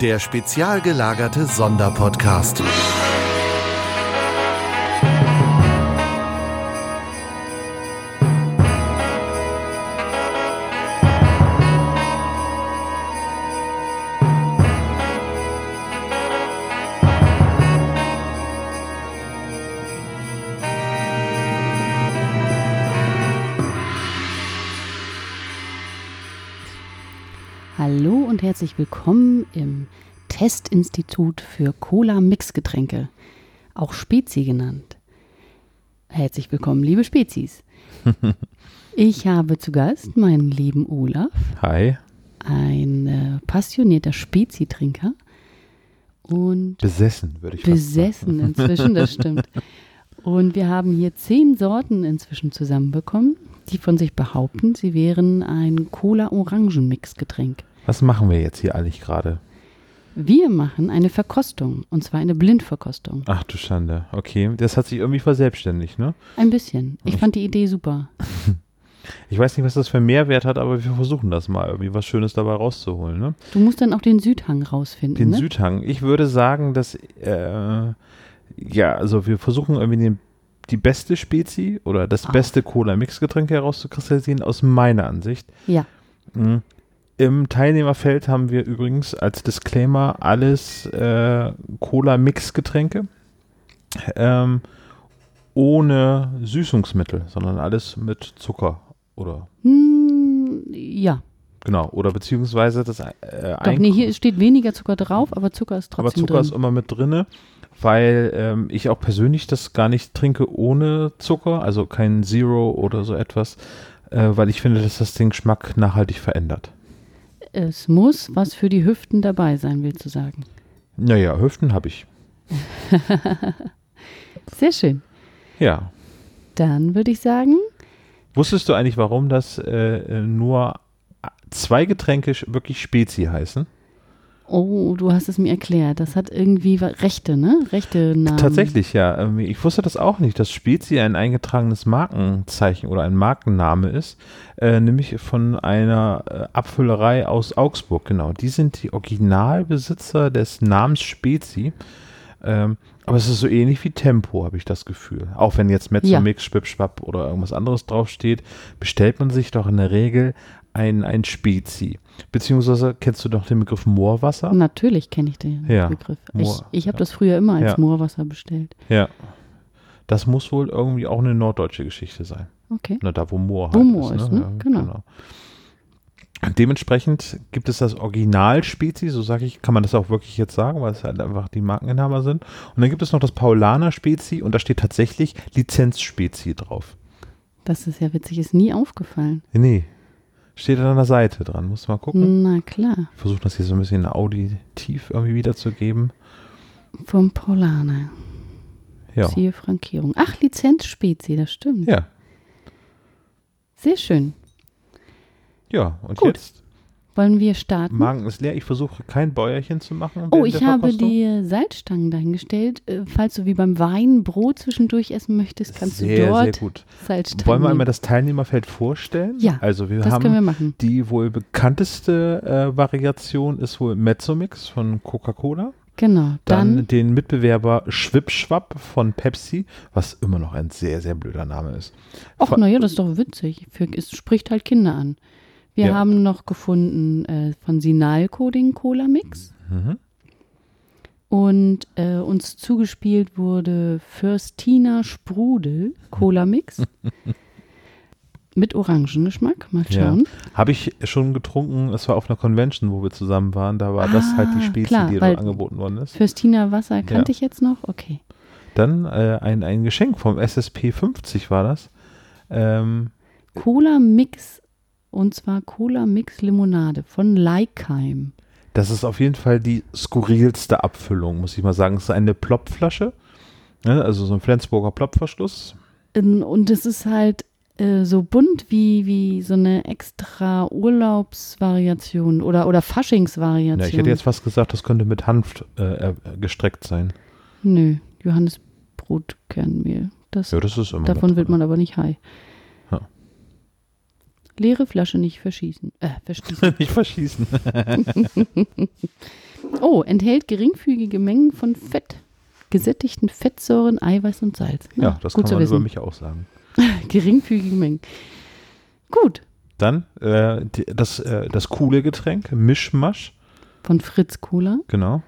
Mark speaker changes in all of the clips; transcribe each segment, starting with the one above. Speaker 1: Der spezial gelagerte Sonderpodcast.
Speaker 2: Hallo und herzlich willkommen im Testinstitut für Cola-Mixgetränke, auch Spezi genannt. Herzlich willkommen, liebe Spezies. Ich habe zu Gast meinen lieben Olaf,
Speaker 3: Hi.
Speaker 2: ein äh, passionierter Spezi-Trinker und
Speaker 3: Besessen, würde ich
Speaker 2: besessen inzwischen, das stimmt. Und wir haben hier zehn Sorten inzwischen zusammenbekommen, die von sich behaupten, sie wären ein Cola-Orangen-Mixgetränk.
Speaker 3: Sagen. Was machen wir jetzt hier eigentlich gerade?
Speaker 2: Wir machen eine Verkostung, und zwar eine Blindverkostung.
Speaker 3: Ach du Schande. Okay, das hat sich irgendwie verselbstständigt, ne?
Speaker 2: Ein bisschen. Ich fand die Idee super.
Speaker 3: Ich weiß nicht, was das für einen Mehrwert hat, aber wir versuchen das mal, irgendwie was Schönes dabei rauszuholen, ne?
Speaker 2: Du musst dann auch den Südhang rausfinden.
Speaker 3: Den
Speaker 2: ne?
Speaker 3: Südhang. Ich würde sagen, dass, äh, ja, also wir versuchen irgendwie den, die beste Spezi oder das
Speaker 2: Ah.
Speaker 3: beste Cola-Mix-Getränk herauszukristallisieren, aus meiner Ansicht.
Speaker 2: ja,
Speaker 3: Mhm. Im Teilnehmerfeld haben wir übrigens als Disclaimer alles äh, Cola-Mix-Getränke ähm, ohne Süßungsmittel, sondern alles mit Zucker oder
Speaker 2: hm, ja.
Speaker 3: genau oder beziehungsweise das äh,
Speaker 2: Doch,
Speaker 3: Ein-
Speaker 2: nee, hier steht weniger Zucker drauf, aber Zucker ist
Speaker 3: aber
Speaker 2: trotzdem
Speaker 3: Zucker ist
Speaker 2: drin.
Speaker 3: immer mit drinne, weil ähm, ich auch persönlich das gar nicht trinke ohne Zucker, also kein Zero oder so etwas, äh, weil ich finde, dass das den Geschmack nachhaltig verändert.
Speaker 2: Es muss was für die Hüften dabei sein, willst du sagen.
Speaker 3: Naja, Hüften habe ich.
Speaker 2: Sehr schön.
Speaker 3: Ja.
Speaker 2: Dann würde ich sagen,
Speaker 3: Wusstest du eigentlich, warum das äh, nur zwei Getränke sch- wirklich Spezi heißen?
Speaker 2: oh, du hast es mir erklärt. Das hat irgendwie wa- Rechte, ne? Rechte Namen.
Speaker 3: Tatsächlich, ja. Ähm, Ich wusste das auch nicht, dass Spezi ein eingetragenes Markenzeichen oder ein Markenname ist, äh, nämlich von einer äh, Abfüllerei aus Augsburg, genau. Die sind die Originalbesitzer des Namens Spezi. Ähm, aber es ist so ähnlich wie Tempo, habe ich das Gefühl. Auch wenn jetzt
Speaker 2: Ja.
Speaker 3: Mezzomix, Schwipschwapp oder irgendwas anderes draufsteht, bestellt man sich doch in der Regel ein, ein Spezi. Beziehungsweise kennst du doch den Begriff Moorwasser?
Speaker 2: Natürlich kenne ich den
Speaker 3: Ja,
Speaker 2: Begriff. Ich,
Speaker 3: Moor,
Speaker 2: ich habe
Speaker 3: ja.
Speaker 2: das früher immer als
Speaker 3: Ja.
Speaker 2: Moorwasser bestellt.
Speaker 3: Ja. Das muss wohl irgendwie auch eine norddeutsche Geschichte sein.
Speaker 2: Okay.
Speaker 3: Na, da wo Moor
Speaker 2: Wo
Speaker 3: halt
Speaker 2: Moor ist, ne?
Speaker 3: Ja,
Speaker 2: Genau.
Speaker 3: Dementsprechend gibt es das Original-Spezi, so sage ich, kann man das auch wirklich jetzt sagen, weil es halt einfach die Markeninhaber sind. Und dann gibt es noch das Paulaner-Spezi und da steht tatsächlich Lizenz-Spezi drauf.
Speaker 2: Das ist ja witzig, ist nie aufgefallen.
Speaker 3: Nee, steht an der Seite dran, muss mal gucken.
Speaker 2: Na klar,
Speaker 3: Ich versuche das hier so ein bisschen auditiv irgendwie wiederzugeben.
Speaker 2: vom Paulaner.
Speaker 3: Ja,
Speaker 2: Siehe Frankierung. Ach, Lizenzspezi, das stimmt.
Speaker 3: ja,
Speaker 2: Sehr schön.
Speaker 3: ja. Und
Speaker 2: Gut.
Speaker 3: jetzt,
Speaker 2: Wollen wir starten?
Speaker 3: Magen ist leer, ich versuche kein Bäuerchen zu machen.
Speaker 2: oh,
Speaker 3: während
Speaker 2: ich
Speaker 3: der
Speaker 2: habe
Speaker 3: Verkostung.
Speaker 2: dir Salzstangen dahingestellt. Äh, Falls du wie beim Wein Brot zwischendurch essen möchtest, kannst
Speaker 3: sehr,
Speaker 2: du dort
Speaker 3: sehr gut.
Speaker 2: Salzstangen.
Speaker 3: Wollen wir einmal
Speaker 2: nehmen.
Speaker 3: das Teilnehmerfeld vorstellen?
Speaker 2: Ja,
Speaker 3: Also wir
Speaker 2: das
Speaker 3: haben
Speaker 2: können wir machen.
Speaker 3: die wohl bekannteste äh, Variation ist wohl Mezzomix von Coca-Cola.
Speaker 2: Genau.
Speaker 3: Dann,
Speaker 2: Dann,
Speaker 3: den Mitbewerber Schwipschwapp von Pepsi, was immer noch ein sehr, sehr blöder Name ist.
Speaker 2: ach naja, das ist doch witzig. Für, es spricht halt Kinder an. Wir
Speaker 3: Ja.
Speaker 2: haben noch gefunden äh, von Sinalco den Cola-Mix.
Speaker 3: Mhm.
Speaker 2: Und äh, uns zugespielt wurde Fürstina Sprudel Cola Mix mit Orangengeschmack. Mal
Speaker 3: Ja.
Speaker 2: schauen.
Speaker 3: Habe ich schon getrunken, es war auf einer Convention, wo wir zusammen waren, da war das
Speaker 2: Ah,
Speaker 3: halt die Spezie,
Speaker 2: klar,
Speaker 3: die
Speaker 2: weil-
Speaker 3: dort angeboten worden ist.
Speaker 2: Fürstina Wasser kannte ich jetzt noch. Okay.
Speaker 3: Dann äh, ein, ein Geschenk vom SSP 50 war das. Ähm,
Speaker 2: Cola Mix und zwar Cola Mix Limonade von Leikheim.
Speaker 3: Das ist auf jeden Fall die skurrilste Abfüllung, muss ich mal sagen. Es ist eine Plopflasche, ne? also so ein Flensburger Plopverschluss.
Speaker 2: Ähm, Und es ist halt äh, so bunt wie, wie so eine extra Urlaubsvariation oder, oder Faschingsvariation.
Speaker 3: Ja, ich hätte jetzt fast gesagt, das könnte mit Hanf äh, äh, gestreckt sein.
Speaker 2: Nö, Johannes Brotkernmehl. Das
Speaker 3: Ja, das ist immer.
Speaker 2: Davon
Speaker 3: mit
Speaker 2: wird
Speaker 3: drin.
Speaker 2: man aber nicht high.
Speaker 3: Ja.
Speaker 2: Leere Flasche nicht verschießen. Äh, verschließen.
Speaker 3: Nicht verschießen.
Speaker 2: Oh, enthält geringfügige Mengen von Fett, gesättigten Fettsäuren, Eiweiß und Salz. Na,
Speaker 3: Ja, das
Speaker 2: gut
Speaker 3: kann
Speaker 2: zu
Speaker 3: man über
Speaker 2: wissen.
Speaker 3: mich auch sagen.
Speaker 2: Geringfügige Mengen. Gut,
Speaker 3: Dann äh, die, das, äh, das coole Getränk, Mischmasch.
Speaker 2: von Fritz Cola.
Speaker 3: Genau.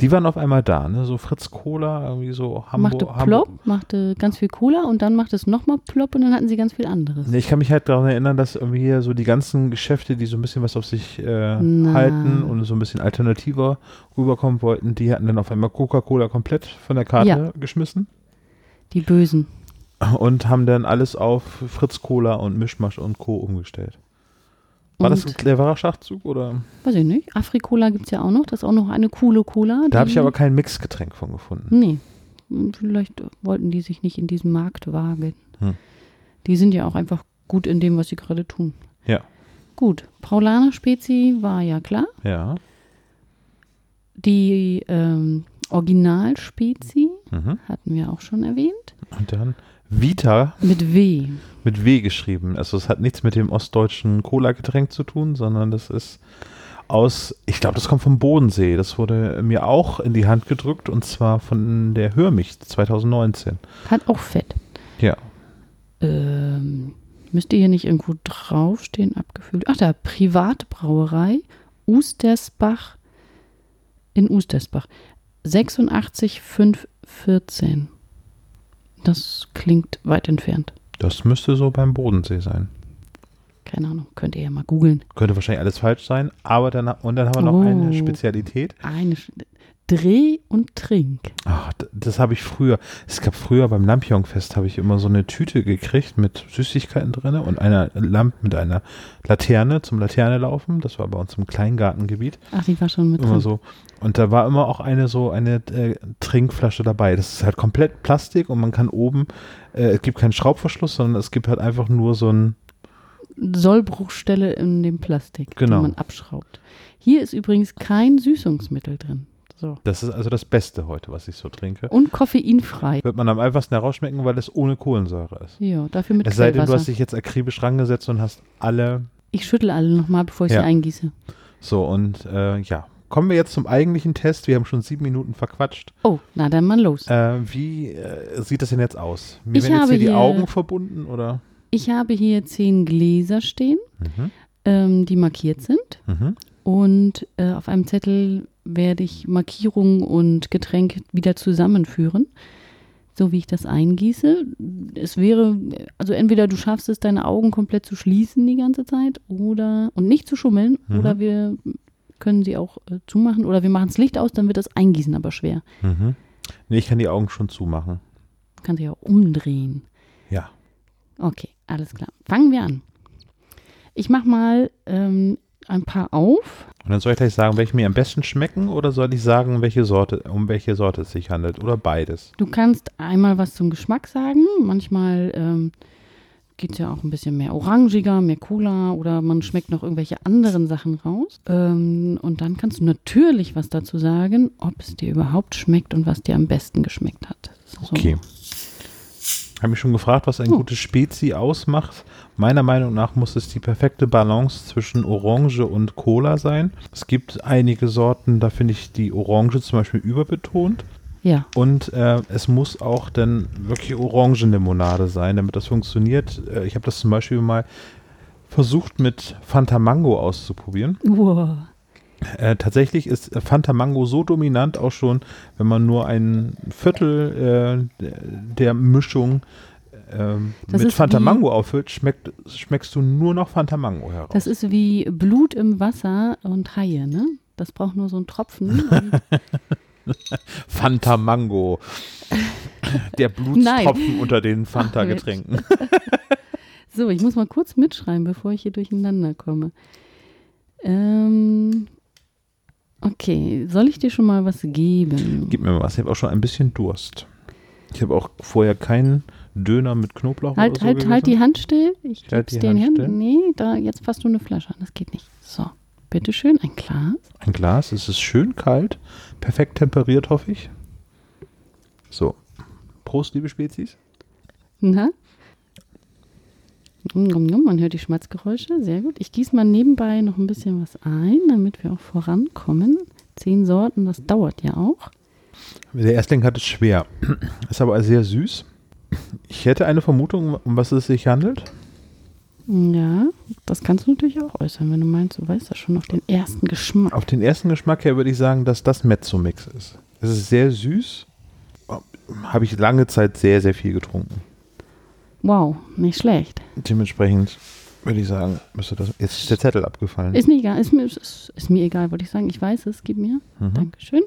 Speaker 3: Die waren auf einmal da, ne? So Fritz Cola, irgendwie so
Speaker 2: Machte
Speaker 3: Hamburg. Hamburg.
Speaker 2: plopp, machte ganz viel Cola und dann machte es nochmal plopp und dann hatten sie ganz viel anderes.
Speaker 3: Nee, Ich kann mich halt daran erinnern, dass irgendwie hier so die ganzen Geschäfte, die so ein bisschen was auf sich äh,
Speaker 2: Na.
Speaker 3: halten und so ein bisschen alternativer rüberkommen wollten, die hatten dann auf einmal Coca-Cola komplett von der Karte
Speaker 2: Ja.
Speaker 3: geschmissen
Speaker 2: Die Bösen.
Speaker 3: und haben dann alles auf Fritz Cola und Mischmasch und Co. umgestellt. War das ein
Speaker 2: Und-
Speaker 3: cleverer Schachzug oder?
Speaker 2: Weiß ich nicht. Afrikola gibt es ja auch noch. Das ist auch noch eine coole Cola.
Speaker 3: Da habe ich
Speaker 2: die-
Speaker 3: aber kein Mixgetränk von gefunden.
Speaker 2: Nee. Hm, Vielleicht wollten die sich nicht in diesen Markt wagen.
Speaker 3: Hm.
Speaker 2: Die sind ja auch einfach gut in dem, was sie gerade tun.
Speaker 3: Ja,
Speaker 2: Gut. Paulaner Spezi war ja klar.
Speaker 3: ja.
Speaker 2: Die ähm, Originalspezi
Speaker 3: Mhm.
Speaker 2: hatten wir auch schon erwähnt.
Speaker 3: Und dann Vita
Speaker 2: Mit W.
Speaker 3: mit W geschrieben. Also es hat nichts mit dem ostdeutschen Cola-Getränk zu tun, sondern das ist aus, ich glaube, das kommt vom Bodensee. Das wurde mir auch in die Hand gedrückt und zwar von der Hörmich 2019.
Speaker 2: Hat auch Fett.
Speaker 3: Ja.
Speaker 2: Ähm, müsste hier nicht irgendwo draufstehen, abgefüllt. Ach da, Privatbrauerei Ustersbach in Ustersbach. 86514. Das klingt weit entfernt.
Speaker 3: Das müsste so beim Bodensee sein.
Speaker 2: Keine Ahnung, könnt ihr ja mal googeln.
Speaker 3: Könnte wahrscheinlich alles falsch sein, aber dann, und dann haben wir noch
Speaker 2: Oh.
Speaker 3: eine Spezialität.
Speaker 2: Eine Sch Dreh und Trink.
Speaker 3: Ach, d- das habe ich früher. Es gab früher beim Lampion-Fest habe ich immer so eine Tüte gekriegt mit Süßigkeiten drin und einer Lampe mit einer Laterne zum Laterne laufen. Das war bei uns im Kleingartengebiet.
Speaker 2: Ach, die war schon mit
Speaker 3: Immer
Speaker 2: drin.
Speaker 3: so. Und da war immer auch eine so eine äh, Trinkflasche dabei. Das ist halt komplett Plastik und man kann oben, äh, es gibt keinen Schraubverschluss, sondern es gibt halt einfach nur so ein,
Speaker 2: Sollbruchstelle in dem Plastik,
Speaker 3: Genau.
Speaker 2: die man abschraubt. Hier ist übrigens kein Süßungsmittel drin. So.
Speaker 3: das ist also das Beste heute, was ich so trinke.
Speaker 2: Und koffeinfrei.
Speaker 3: Wird man am einfachsten herausschmecken, weil es ohne Kohlensäure ist.
Speaker 2: Ja, dafür mit
Speaker 3: Es sei denn, du
Speaker 2: Quellwasser.
Speaker 3: hast dich jetzt akribisch rangesetzt und hast alle
Speaker 2: Ich schüttle alle nochmal, bevor ich
Speaker 3: Ja.
Speaker 2: sie eingieße.
Speaker 3: So, und äh, ja, kommen wir jetzt zum eigentlichen Test. Wir haben schon sieben Minuten verquatscht.
Speaker 2: Oh, na dann mal los.
Speaker 3: Äh, wie äh, sieht das denn jetzt aus? Mir
Speaker 2: Ich
Speaker 3: werden jetzt
Speaker 2: habe
Speaker 3: hier die
Speaker 2: hier-
Speaker 3: Augen verbunden, oder?
Speaker 2: Ich habe hier zehn Gläser stehen,
Speaker 3: Mhm.
Speaker 2: ähm, die markiert sind.
Speaker 3: Mhm.
Speaker 2: Und äh, auf einem Zettel werde ich Markierung und Getränk wieder zusammenführen, so wie ich das eingieße. Es wäre, also entweder du schaffst es, deine Augen komplett zu schließen die ganze Zeit oder und nicht zu schummeln,
Speaker 3: Mhm.
Speaker 2: oder wir können sie auch äh, zumachen oder wir machen das Licht aus, dann wird das Eingießen aber schwer.
Speaker 3: Mhm. Nee, ich kann die Augen schon zumachen.
Speaker 2: Kannst dich auch umdrehen.
Speaker 3: Ja.
Speaker 2: Okay, alles klar. Fangen wir an. Ich mache mal ähm, ein paar auf.
Speaker 3: Und dann soll ich gleich sagen, welche mir am besten schmecken oder soll ich sagen, welche Sorte, um welche Sorte es sich handelt? Oder beides?
Speaker 2: Du kannst einmal was zum Geschmack sagen. Manchmal ähm, geht es ja auch ein bisschen mehr orangiger, mehr Cola oder man schmeckt noch irgendwelche anderen Sachen raus. Ähm, und dann kannst du natürlich was dazu sagen, ob es dir überhaupt schmeckt und was dir am besten geschmeckt hat. So.
Speaker 3: Okay. Habe mich schon gefragt, was ein
Speaker 2: Oh.
Speaker 3: gutes Spezi ausmacht. Meiner Meinung nach muss es die perfekte Balance zwischen Orange und Cola sein. Es gibt einige Sorten, da finde ich die Orange zum Beispiel überbetont.
Speaker 2: Ja,
Speaker 3: Und äh, es muss auch dann wirklich Orangenlimonade sein, damit das funktioniert. Äh, ich habe das zum Beispiel mal versucht mit Fanta Mango auszuprobieren.
Speaker 2: wow.
Speaker 3: Äh, tatsächlich ist äh, Fanta Mango so dominant auch schon, wenn man nur ein Viertel äh, d- der Mischung ähm,
Speaker 2: Das
Speaker 3: mit
Speaker 2: ist
Speaker 3: Fanta
Speaker 2: wie-
Speaker 3: Mango auffüllt, schmeckt, schmeckst du nur noch Fanta Mango heraus.
Speaker 2: Das ist wie Blut im Wasser und Haie, ne? Das braucht nur so einen Tropfen. Und
Speaker 3: Fanta Mango. Der Blutstropfen unter den
Speaker 2: Ach,
Speaker 3: Fanta-Getränken.
Speaker 2: So, ich muss mal kurz mitschreiben, bevor ich hier durcheinander komme. Ähm, okay, soll ich dir schon mal was geben?
Speaker 3: Gib mir mal was, ich habe auch schon ein bisschen Durst. Ich habe auch vorher keinen Döner mit Knoblauch
Speaker 2: halt,
Speaker 3: oder so
Speaker 2: halt, halt die
Speaker 3: gegessen.
Speaker 2: Hand still. Ich
Speaker 3: Halt
Speaker 2: geb's
Speaker 3: die
Speaker 2: dir in
Speaker 3: Hand
Speaker 2: die Hand.
Speaker 3: still.
Speaker 2: Nee, da, jetzt fasst du eine Flasche an. Das geht nicht. So, bitteschön, ein Glas.
Speaker 3: Ein Glas, es ist schön kalt, perfekt temperiert, hoffe ich. So. Prost, liebe Spezies.
Speaker 2: Na? Nom, nom, nom, Man hört die Schmatzgeräusche, sehr gut. Ich gieße mal nebenbei noch ein bisschen was ein, damit wir auch vorankommen. Zehn Sorten, das dauert ja auch.
Speaker 3: Der Erstling hat es schwer. Ist aber sehr süß. Ich hätte eine Vermutung, um was es sich handelt.
Speaker 2: Ja, das kannst du natürlich auch äußern, wenn du meinst, du weißt ja schon noch den ersten Geschmack.
Speaker 3: Auf den ersten Geschmack her würde ich sagen, dass das Mezzo-Mix ist. Es ist sehr süß. Habe ich lange Zeit sehr, sehr viel getrunken.
Speaker 2: Wow, nicht schlecht.
Speaker 3: Dementsprechend würde ich sagen, müsste das. Jetzt ist der Zettel abgefallen.
Speaker 2: Ist mir egal, ist mir, ist, ist mir egal, wollte ich sagen. Ich weiß es, gib mir. Dankeschön.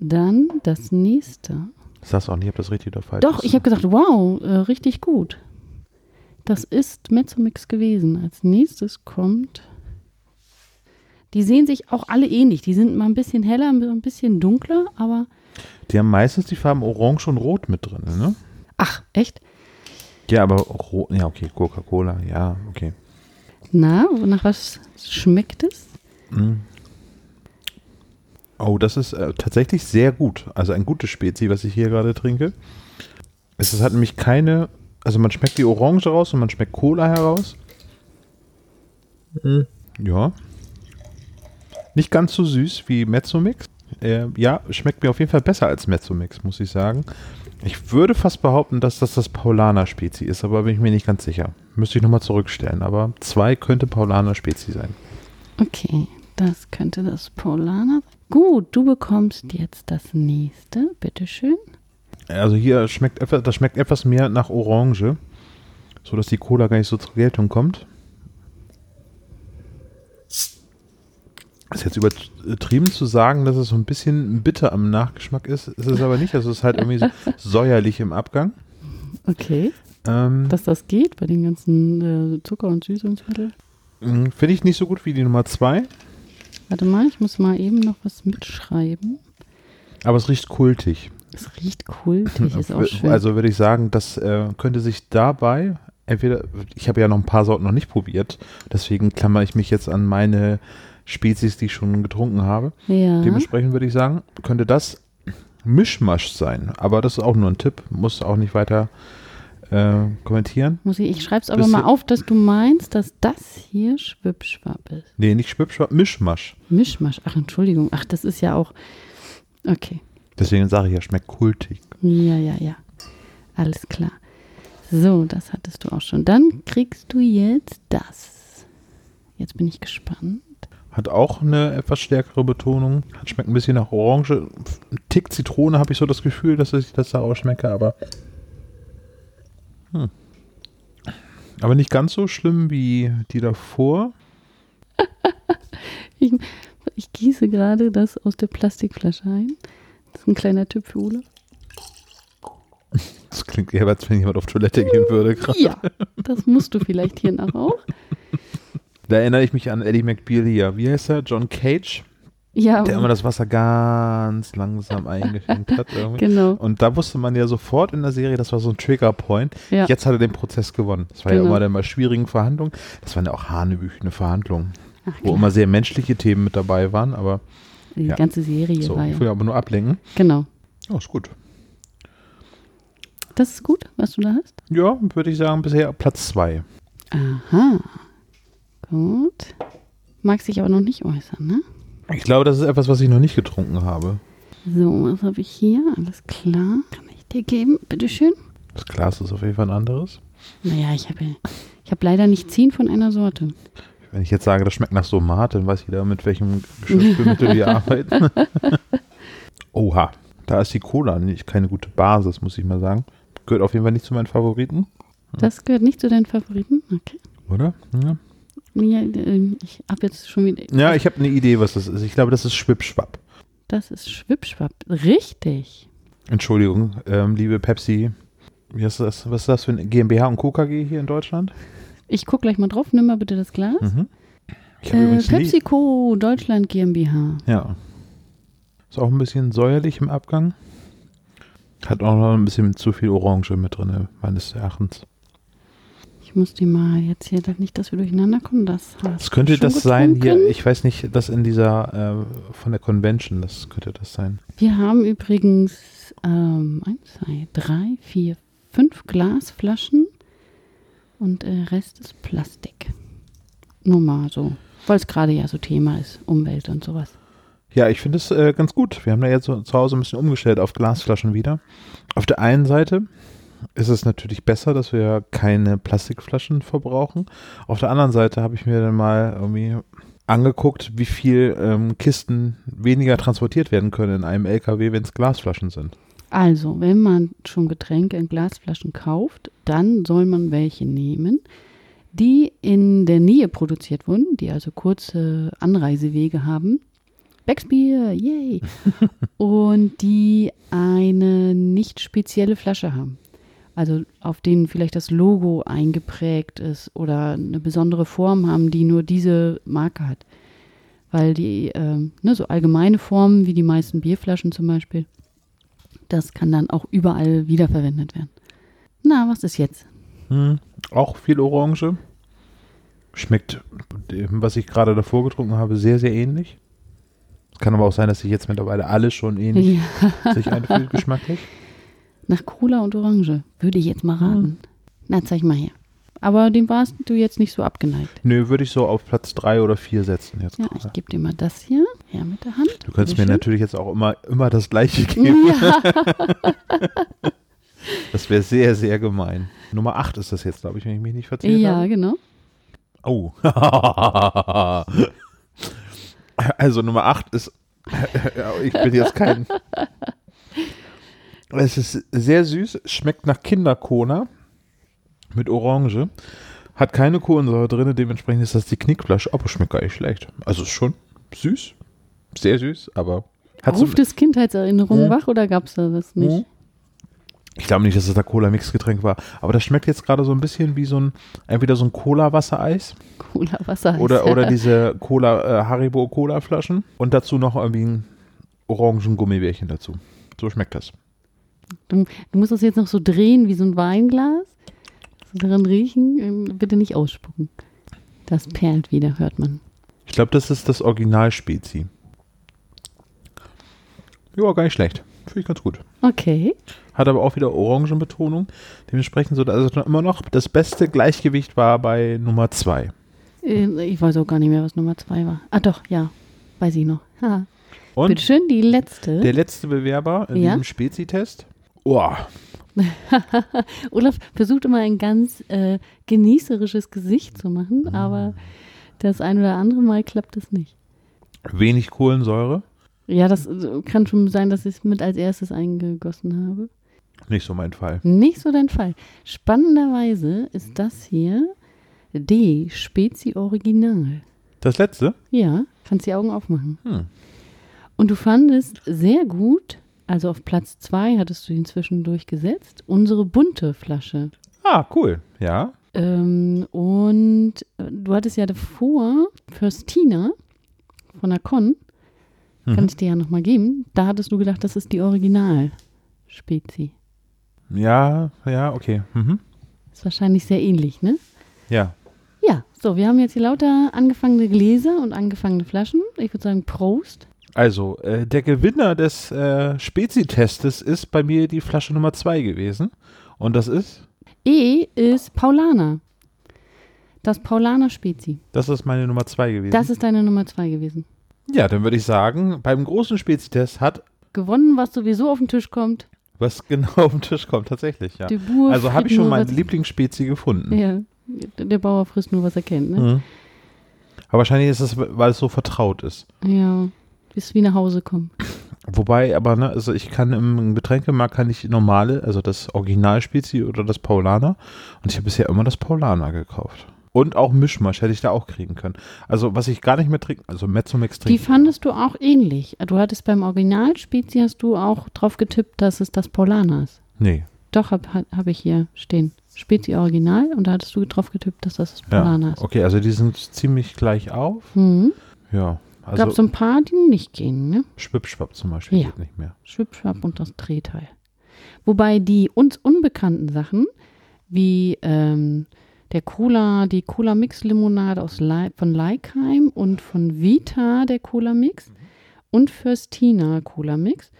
Speaker 2: Dann das nächste.
Speaker 3: Ich sag's auch nicht, ob das richtig oder falsch
Speaker 2: Doch,
Speaker 3: ist.
Speaker 2: ich habe gesagt, wow, äh, richtig gut. Das ist Mezzomix gewesen. Als nächstes kommt. Die sehen sich auch alle ähnlich. Die sind mal ein bisschen heller, ein bisschen dunkler, aber.
Speaker 3: Die haben meistens die Farben Orange und Rot mit drin, ne?
Speaker 2: Ach, echt?
Speaker 3: Ja, aber Rot. Ja, okay, Coca-Cola, ja, okay.
Speaker 2: Na, nach was schmeckt es?
Speaker 3: Oh, das ist äh, tatsächlich sehr gut. Also ein gutes Spezi, was ich hier gerade trinke. Es ist- hat nämlich keine, also man schmeckt die Orange raus und man schmeckt Cola heraus. Ja. Nicht ganz so süß wie Mezzomix. Äh, ja, schmeckt mir auf jeden Fall besser als Mezzomix, muss ich sagen. Ich würde fast behaupten, dass das das Paulaner-Spezi ist, aber bin ich mir nicht ganz sicher. Müsste ich nochmal zurückstellen, aber zwei könnte Paulaner-Spezi sein.
Speaker 2: Okay, das könnte das Polana sein. Gut, du bekommst jetzt das nächste. Bitteschön.
Speaker 3: Also hier schmeckt etwas, das schmeckt etwas mehr nach Orange, sodass die Cola gar nicht so zur Geltung kommt. Ist jetzt übertrieben zu sagen, dass es so ein bisschen bitter am Nachgeschmack ist. Ist es aber nicht. Also es ist halt irgendwie so säuerlich im Abgang.
Speaker 2: Okay.
Speaker 3: Ähm,
Speaker 2: Dass das geht bei den ganzen äh, Zucker- und Süßungsmitteln.
Speaker 3: mh, Finde ich nicht so gut wie die Nummer 2,
Speaker 2: Warte mal, ich muss mal eben noch was mitschreiben.
Speaker 3: aber es riecht kultig.
Speaker 2: Es riecht kultig, ist auch schön.
Speaker 3: Also würde ich sagen, das äh, könnte sich dabei entweder, ich habe ja noch ein paar Sorten noch nicht probiert, deswegen klammere ich mich jetzt an meine Spezies, die ich schon getrunken habe.
Speaker 2: ja.
Speaker 3: Dementsprechend würde ich sagen, könnte das Mischmasch sein, aber das ist auch nur ein Tipp, muss auch nicht weiter äh, kommentieren.
Speaker 2: Muss ich, ich schreibe es aber
Speaker 3: Bisschen-
Speaker 2: mal auf, dass du meinst, dass das hier Schwippschwapp ist.
Speaker 3: Nee, nicht Schwipschwap, Mischmasch.
Speaker 2: Mischmasch. Ach, Entschuldigung. Ach, das ist ja auch. Okay.
Speaker 3: Deswegen sage ich ja, schmeckt kultig.
Speaker 2: Ja, ja, ja. Alles klar. So, das hattest du auch schon. Dann kriegst du jetzt das. Jetzt bin ich gespannt.
Speaker 3: Hat auch eine etwas stärkere Betonung. Hat- Schmeckt ein bisschen nach Orange. Ein Tick Zitrone habe ich so das Gefühl, dass ich das da rausschmecke, aber. Hm. Aber nicht ganz so schlimm wie die davor.
Speaker 2: Ich, ich gieße gerade das aus der Plastikflasche ein. Das ist ein kleiner Tipp für Olaf.
Speaker 3: Das klingt eher, als wenn jemand auf Toilette gehen würde. gerade.
Speaker 2: Ja, das musst du vielleicht hier nach auch.
Speaker 3: Da erinnere ich mich an Eddie McBeal hier. Wie heißt er? John Cage,
Speaker 2: Ja,
Speaker 3: der immer das Wasser ganz langsam eingeschenkt hat. Irgendwie.
Speaker 2: genau.
Speaker 3: Und da wusste man ja sofort in der Serie, das war so ein Trigger-Point.
Speaker 2: Ja.
Speaker 3: Jetzt hat er den Prozess gewonnen. Das war ja
Speaker 2: Genau.
Speaker 3: immer dann bei schwierigen Verhandlungen. Das waren ja auch hanebüchene Verhandlungen,
Speaker 2: Ach,
Speaker 3: wo
Speaker 2: klar.
Speaker 3: immer sehr menschliche Themen mit dabei waren. Aber
Speaker 2: Die
Speaker 3: ja.
Speaker 2: ganze Serie
Speaker 3: so,
Speaker 2: war
Speaker 3: ich
Speaker 2: ja.
Speaker 3: will aber nur ablenken.
Speaker 2: Genau.
Speaker 3: Ja, ist gut.
Speaker 2: Das ist gut, was du da hast.
Speaker 3: Ja, würde ich sagen, bisher Platz zwei.
Speaker 2: Aha. Gut. Magst dich aber noch nicht äußern, ne?
Speaker 3: Ich glaube, das ist etwas, was ich noch nicht getrunken habe.
Speaker 2: So, was habe ich hier? Alles klar. Kann ich dir geben? Bitteschön.
Speaker 3: Das Glas ist auf jeden Fall ein anderes.
Speaker 2: Naja, ich habe ja, ich hab leider nicht zehn von einer
Speaker 3: Hm.
Speaker 2: Sorte.
Speaker 3: Wenn ich jetzt sage, das schmeckt nach Somat, dann weiß jeder, mit welchem Geschirrspülmittel wir arbeiten. Oha, da ist die Cola nicht keine gute Basis, muss ich mal sagen. Gehört auf jeden Fall nicht zu meinen Favoriten,
Speaker 2: Das gehört nicht zu deinen Favoriten? Okay.
Speaker 3: oder? Ja,
Speaker 2: Ja, ähm, ich habe jetzt schon wieder.
Speaker 3: ja ich habe eine Idee, was das ist. Ich glaube, das ist Schwippschwapp.
Speaker 2: Das ist Schwippschwapp. Richtig.
Speaker 3: Entschuldigung, ähm, liebe Pepsi. Wie heißt das, was ist das für ein GmbH und KKG hier in Deutschland?
Speaker 2: Ich gucke gleich mal drauf. Nimm mal bitte das Glas.
Speaker 3: Hm, Ich habe
Speaker 2: Äh,
Speaker 3: übrigens nie-
Speaker 2: PepsiCo Deutschland GmbH.
Speaker 3: Ja. Ist auch ein bisschen säuerlich im Abgang. Hat auch noch ein bisschen zu viel Orange mit drin, meines Erachtens.
Speaker 2: Ich muss die mal jetzt hier, nicht, dass wir durcheinander kommen. Das hast
Speaker 3: Das
Speaker 2: du
Speaker 3: könnte
Speaker 2: schon
Speaker 3: das sein hier,
Speaker 2: getrunken.
Speaker 3: ich weiß nicht, das in dieser, äh, von der Convention, das könnte das sein.
Speaker 2: Wir haben übrigens ähm, eins, zwei, drei, vier, fünf Glasflaschen Und äh, Rest ist Plastik. Nur mal so. Weil es gerade ja so Thema ist, Umwelt und sowas.
Speaker 3: Ja, ich finde es äh, ganz gut. Wir haben da jetzt so zu Hause ein bisschen umgestellt auf Glasflaschen wieder. Auf der einen Seite ist es natürlich besser, dass wir keine Plastikflaschen verbrauchen. Auf der anderen Seite habe ich mir dann mal irgendwie angeguckt, wie viel ähm, Kisten weniger transportiert werden können in einem LKW, wenn es Glasflaschen sind.
Speaker 2: Also, wenn man schon Getränke in Glasflaschen kauft, dann soll man welche nehmen, die in der Nähe produziert wurden, die also kurze Anreisewege haben. Becksbier, yay! Und die eine nicht spezielle Flasche haben. Also auf denen vielleicht das Logo eingeprägt ist oder eine besondere Form haben, die nur diese Marke hat. Weil die, ähm, ne, so allgemeine Formen wie die meisten Bierflaschen zum Beispiel, das kann dann auch überall wiederverwendet werden. Na, was ist jetzt?
Speaker 3: Hm, auch viel Orange. Schmeckt dem, was ich gerade davor getrunken habe, sehr, sehr ähnlich. Es kann aber auch sein, dass sich jetzt mittlerweile alles schon ähnlich sich anfühlt, geschmacklich.
Speaker 2: Nach Cola und Orange, würde ich jetzt mal
Speaker 3: Hm.
Speaker 2: raten. Na, zeig mal her. Aber dem warst du jetzt nicht so abgeneigt.
Speaker 3: Nö, würde ich so auf Platz 3 oder 4 setzen jetzt.
Speaker 2: Ja,
Speaker 3: gerade.
Speaker 2: ich gebe dir mal das hier. Her mit der Hand.
Speaker 3: Du könntest mir
Speaker 2: Bitteschön.
Speaker 3: natürlich jetzt auch immer, immer das gleiche geben. Das wäre sehr, sehr gemein. Nummer 8 ist das jetzt, glaube ich, wenn ich mich nicht verzählt
Speaker 2: Ja,
Speaker 3: habe.
Speaker 2: genau.
Speaker 3: Oh. also Nummer 8 ist, ich bin jetzt kein... Es ist sehr süß, schmeckt nach Kinderkona mit Orange, hat keine Kohlensäure drin, dementsprechend ist das die Knickflasche, aber schmeckt gar nicht schlecht. Also ist schon süß, sehr süß, aber hat so, Hm.
Speaker 2: Ruft es Kindheitserinnerungen
Speaker 3: Ja.
Speaker 2: wach oder gab es da das nicht?
Speaker 3: Mhm. Ich glaube nicht, dass es da Cola-Mixgetränk war. Aber das schmeckt jetzt gerade so ein bisschen wie so ein, entweder so ein Cola-Wassereis
Speaker 2: Cooler Wasser.
Speaker 3: oder, oder diese Cola, äh, Haribo-Cola-Flaschen und dazu noch irgendwie ein orangen Gummibärchen dazu. So schmeckt das.
Speaker 2: du, du musst das jetzt noch so drehen wie so ein Weinglas. So daran riechen. ähm, Bitte nicht ausspucken. Das perlt wieder, hört man.
Speaker 3: Ich glaube, das ist das Originalspezi. Ja, gar nicht schlecht. Finde ich ganz gut.
Speaker 2: Okay.
Speaker 3: Hat aber auch wieder Orangenbetonung. Dementsprechend so, dass es noch immer noch das beste Gleichgewicht war bei Nummer 2.
Speaker 2: Äh, Ich weiß auch gar nicht mehr, was Nummer zwei war. Ah doch, ja. Weiß ich noch. Ha.
Speaker 3: Und
Speaker 2: Bitteschön, die letzte.
Speaker 3: Der letzte Bewerber in
Speaker 2: Ja?
Speaker 3: diesem Spezi-Test. Oh,
Speaker 2: Olaf versucht immer ein ganz äh, genießerisches Gesicht zu machen,
Speaker 3: Ah.
Speaker 2: aber das ein oder andere Mal klappt es nicht.
Speaker 3: wenig Kohlensäure.
Speaker 2: Ja, das äh, kann schon sein, dass ich es mit als erstes eingegossen habe.
Speaker 3: Nicht so mein Fall.
Speaker 2: Nicht so dein Fall. Spannenderweise ist das hier D, Spezi Original.
Speaker 3: Das letzte?
Speaker 2: Ja, kannst die Augen aufmachen.
Speaker 3: Hm.
Speaker 2: Und du fandest sehr gut, also auf Platz zwei hattest du ihn zwischendurch gesetzt, unsere bunte Flasche.
Speaker 3: Ah, cool. Ja.
Speaker 2: Ähm, und äh, du hattest ja davor Firstina von der Con, kann ich dir ja nochmal geben, da hattest du gedacht, das ist die Original-Spezi.
Speaker 3: Ja, ja, okay. Mhm.
Speaker 2: Ist wahrscheinlich sehr ähnlich, ne?
Speaker 3: Ja.
Speaker 2: Ja, so, wir haben jetzt hier lauter angefangene Gläser und angefangene Flaschen. Ich würde sagen, Prost.
Speaker 3: Also, äh, der Gewinner des äh, Spezi-Testes ist bei mir die Flasche Nummer 2 gewesen. Und das ist,
Speaker 2: E ist Paulaner. Das Paulaner-Spezi.
Speaker 3: das ist meine Nummer 2 gewesen.
Speaker 2: Das ist deine Nummer zwei gewesen.
Speaker 3: ja, dann würde ich sagen, beim großen Spezi-Test hat
Speaker 2: Gewonnen, was sowieso auf den Tisch kommt.
Speaker 3: was genau auf den Tisch kommt, tatsächlich, ja.
Speaker 2: Die Bur
Speaker 3: Also habe
Speaker 2: friert
Speaker 3: ich schon
Speaker 2: nur
Speaker 3: meinen
Speaker 2: was-
Speaker 3: Lieblingsspezi gefunden.
Speaker 2: Ja, der Bauer frisst nur, was er kennt, ne?
Speaker 3: Mhm. Aber wahrscheinlich ist es, weil es so vertraut ist.
Speaker 2: Ja, bis wir nach Hause kommen.
Speaker 3: Wobei, aber ne, also ich kann im Getränkemarkt kann ich normale, also das Originalspezi oder das Paulaner. Und ich habe bisher immer das Paulaner gekauft. Und auch Mischmasch hätte ich da auch kriegen können. Also was ich gar nicht mehr trinke, also Mezzomix
Speaker 2: Die
Speaker 3: trinke.
Speaker 2: fandest du auch ähnlich. Du hattest beim Original-Spezi hast du auch drauf getippt, dass es das Paulaner ist.
Speaker 3: Nee,
Speaker 2: Doch, habe hab hab ich hier stehen. Spezi Original und da hattest du drauf getippt, dass das das
Speaker 3: ja.
Speaker 2: Paulaner ist.
Speaker 3: Okay, also die sind ziemlich gleich auf.
Speaker 2: Mhm.
Speaker 3: Ja,
Speaker 2: Gab so
Speaker 3: also
Speaker 2: ein paar, die nicht gehen, ne?
Speaker 3: Schwippschwapp zum Beispiel
Speaker 2: Ja.
Speaker 3: geht nicht mehr.
Speaker 2: Schwipschwap und das Drehteil. Wobei die uns unbekannten Sachen, wie ähm, der Cola, die Cola Mix Limonade aus Lei- von Leikheim und von Vita der Cola
Speaker 3: Mhm.
Speaker 2: Mix und Firstina Cola Mix,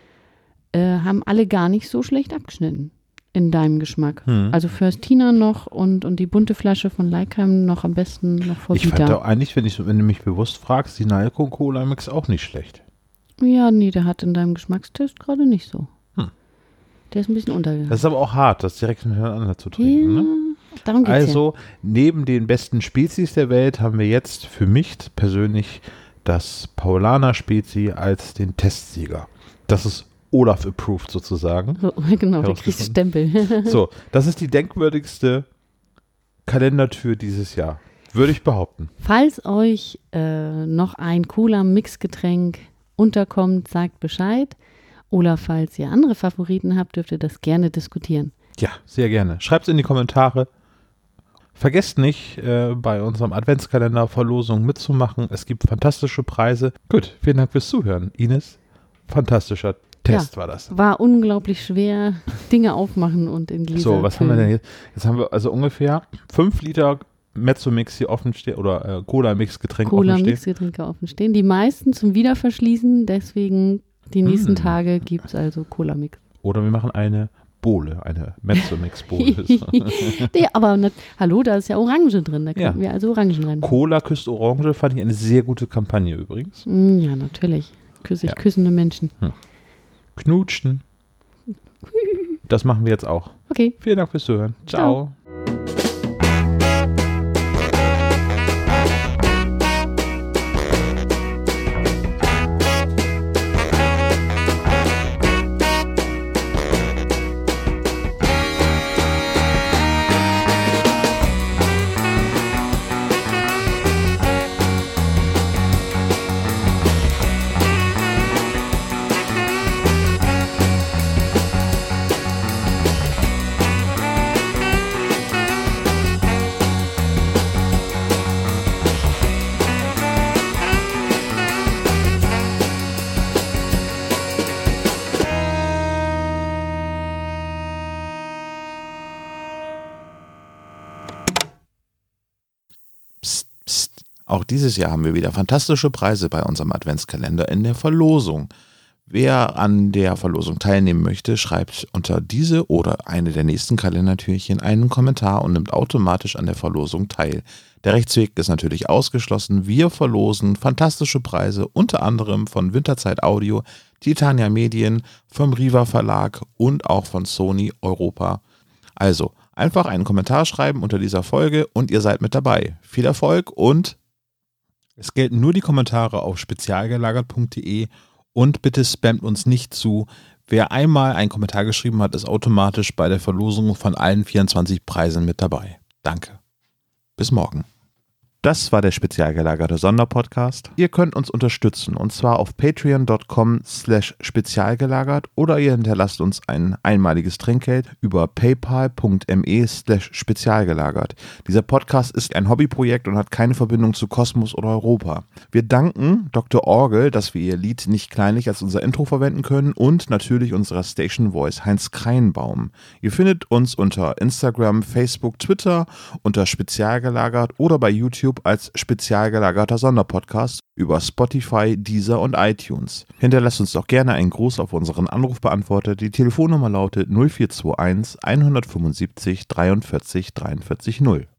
Speaker 2: äh, haben alle gar nicht so schlecht abgeschnitten. in deinem Geschmack.
Speaker 3: Hm.
Speaker 2: Also Förstina noch und, und die bunte Flasche von Leikheim noch am besten noch vor
Speaker 3: Ich fand
Speaker 2: Vita.
Speaker 3: auch eigentlich, wenn, ich, wenn du mich bewusst fragst, die Nalco Cola Mix auch nicht schlecht.
Speaker 2: Ja, nee, der hat in deinem Geschmackstest gerade nicht so.
Speaker 3: Hm.
Speaker 2: Der ist ein bisschen untergegangen.
Speaker 3: Das ist aber auch hart, das direkt miteinander zu trinken.
Speaker 2: ja,
Speaker 3: Ne?
Speaker 2: darum geht's ja.
Speaker 3: Also, neben den besten Spezies der Welt haben wir jetzt für mich persönlich das Paulaner-Spezi als den Testsieger. Das ist Olaf-approved sozusagen.
Speaker 2: So, genau, der kriegt Stempel.
Speaker 3: So, das ist die denkwürdigste Kalendertür dieses Jahr. Würde ich behaupten.
Speaker 2: Falls euch äh, noch ein cooler Mixgetränk unterkommt, sagt Bescheid. Oder falls ihr andere Favoriten habt, dürft ihr das gerne diskutieren.
Speaker 3: Ja, sehr gerne. Schreibt es in die Kommentare. Vergesst nicht, äh, bei unserem Adventskalender Verlosung mitzumachen. Es gibt fantastische Preise. Gut, vielen Dank fürs Zuhören. Ines, fantastischer Test war das.
Speaker 2: War unglaublich schwer, Dinge aufmachen und in Gläser
Speaker 3: So, was haben wir
Speaker 2: füllen.
Speaker 3: denn jetzt? Jetzt haben wir also ungefähr 5 Liter Mezzo-Mix hier offen stehen oder äh, Cola-Mix-Getränk offen
Speaker 2: Cola,
Speaker 3: stehen.
Speaker 2: Mixgetränke offen stehen. Die meisten zum Wiederverschließen, deswegen die
Speaker 3: Hm.
Speaker 2: nächsten Tage gibt es also Cola-Mix.
Speaker 3: Oder wir machen eine Bohle, eine Mezzo-Mix-Bohle.
Speaker 2: Nee, aber nat- hallo, da ist ja Orange drin, da
Speaker 3: Ja.
Speaker 2: können wir also Orangen rein.
Speaker 3: Cola küsst Orange fand ich eine sehr gute Kampagne übrigens.
Speaker 2: Mm, ja, natürlich. Küsse ich
Speaker 3: Ja.
Speaker 2: küssende Menschen.
Speaker 3: Knutschen. Das machen wir jetzt auch.
Speaker 2: Okay.
Speaker 3: Vielen Dank fürs Zuhören.
Speaker 2: Ciao.
Speaker 3: Ciao.
Speaker 4: Psst, psst. Auch dieses Jahr haben wir wieder fantastische Preise bei unserem Adventskalender in der Verlosung. Wer an der Verlosung teilnehmen möchte, schreibt unter diese oder eine der nächsten Kalendertürchen einen Kommentar und nimmt automatisch an der Verlosung teil. Der Rechtsweg ist natürlich ausgeschlossen. Wir verlosen fantastische Preise unter anderem von Winterzeit Audio, Titania Medien, vom Riva Verlag und auch von Sony Europa. Also, einfach einen Kommentar schreiben unter dieser Folge und ihr seid mit dabei. Viel Erfolg und
Speaker 3: Es gelten nur die Kommentare auf spezialgelagert.de und bitte spammt uns nicht zu. Wer einmal einen Kommentar geschrieben hat, ist automatisch bei der Verlosung von allen 24 Preisen mit dabei. Danke.
Speaker 4: bis morgen. Das war der spezial gelagerte Sonderpodcast. Ihr könnt uns unterstützen und zwar auf patreon.com slash spezialgelagert oder ihr hinterlasst uns ein einmaliges Trinkgeld über paypal.me slash spezialgelagert. Dieser Podcast ist ein Hobbyprojekt und hat keine Verbindung zu Kosmos oder Europa. Wir danken Dr. Orgel, dass wir ihr Lied nicht kleinlich als unser Intro verwenden können und natürlich unserer Station Voice Heinz Kreinbaum. Ihr findet uns unter Instagram, Facebook, Twitter unter Spezialgelagert oder bei YouTube als Spezialgelagerter Sonderpodcast über Spotify, Deezer und iTunes. Hinterlasst uns doch gerne einen Gruß auf unseren Anrufbeantworter. Die Telefonnummer lautet 0421 175 43 43 0.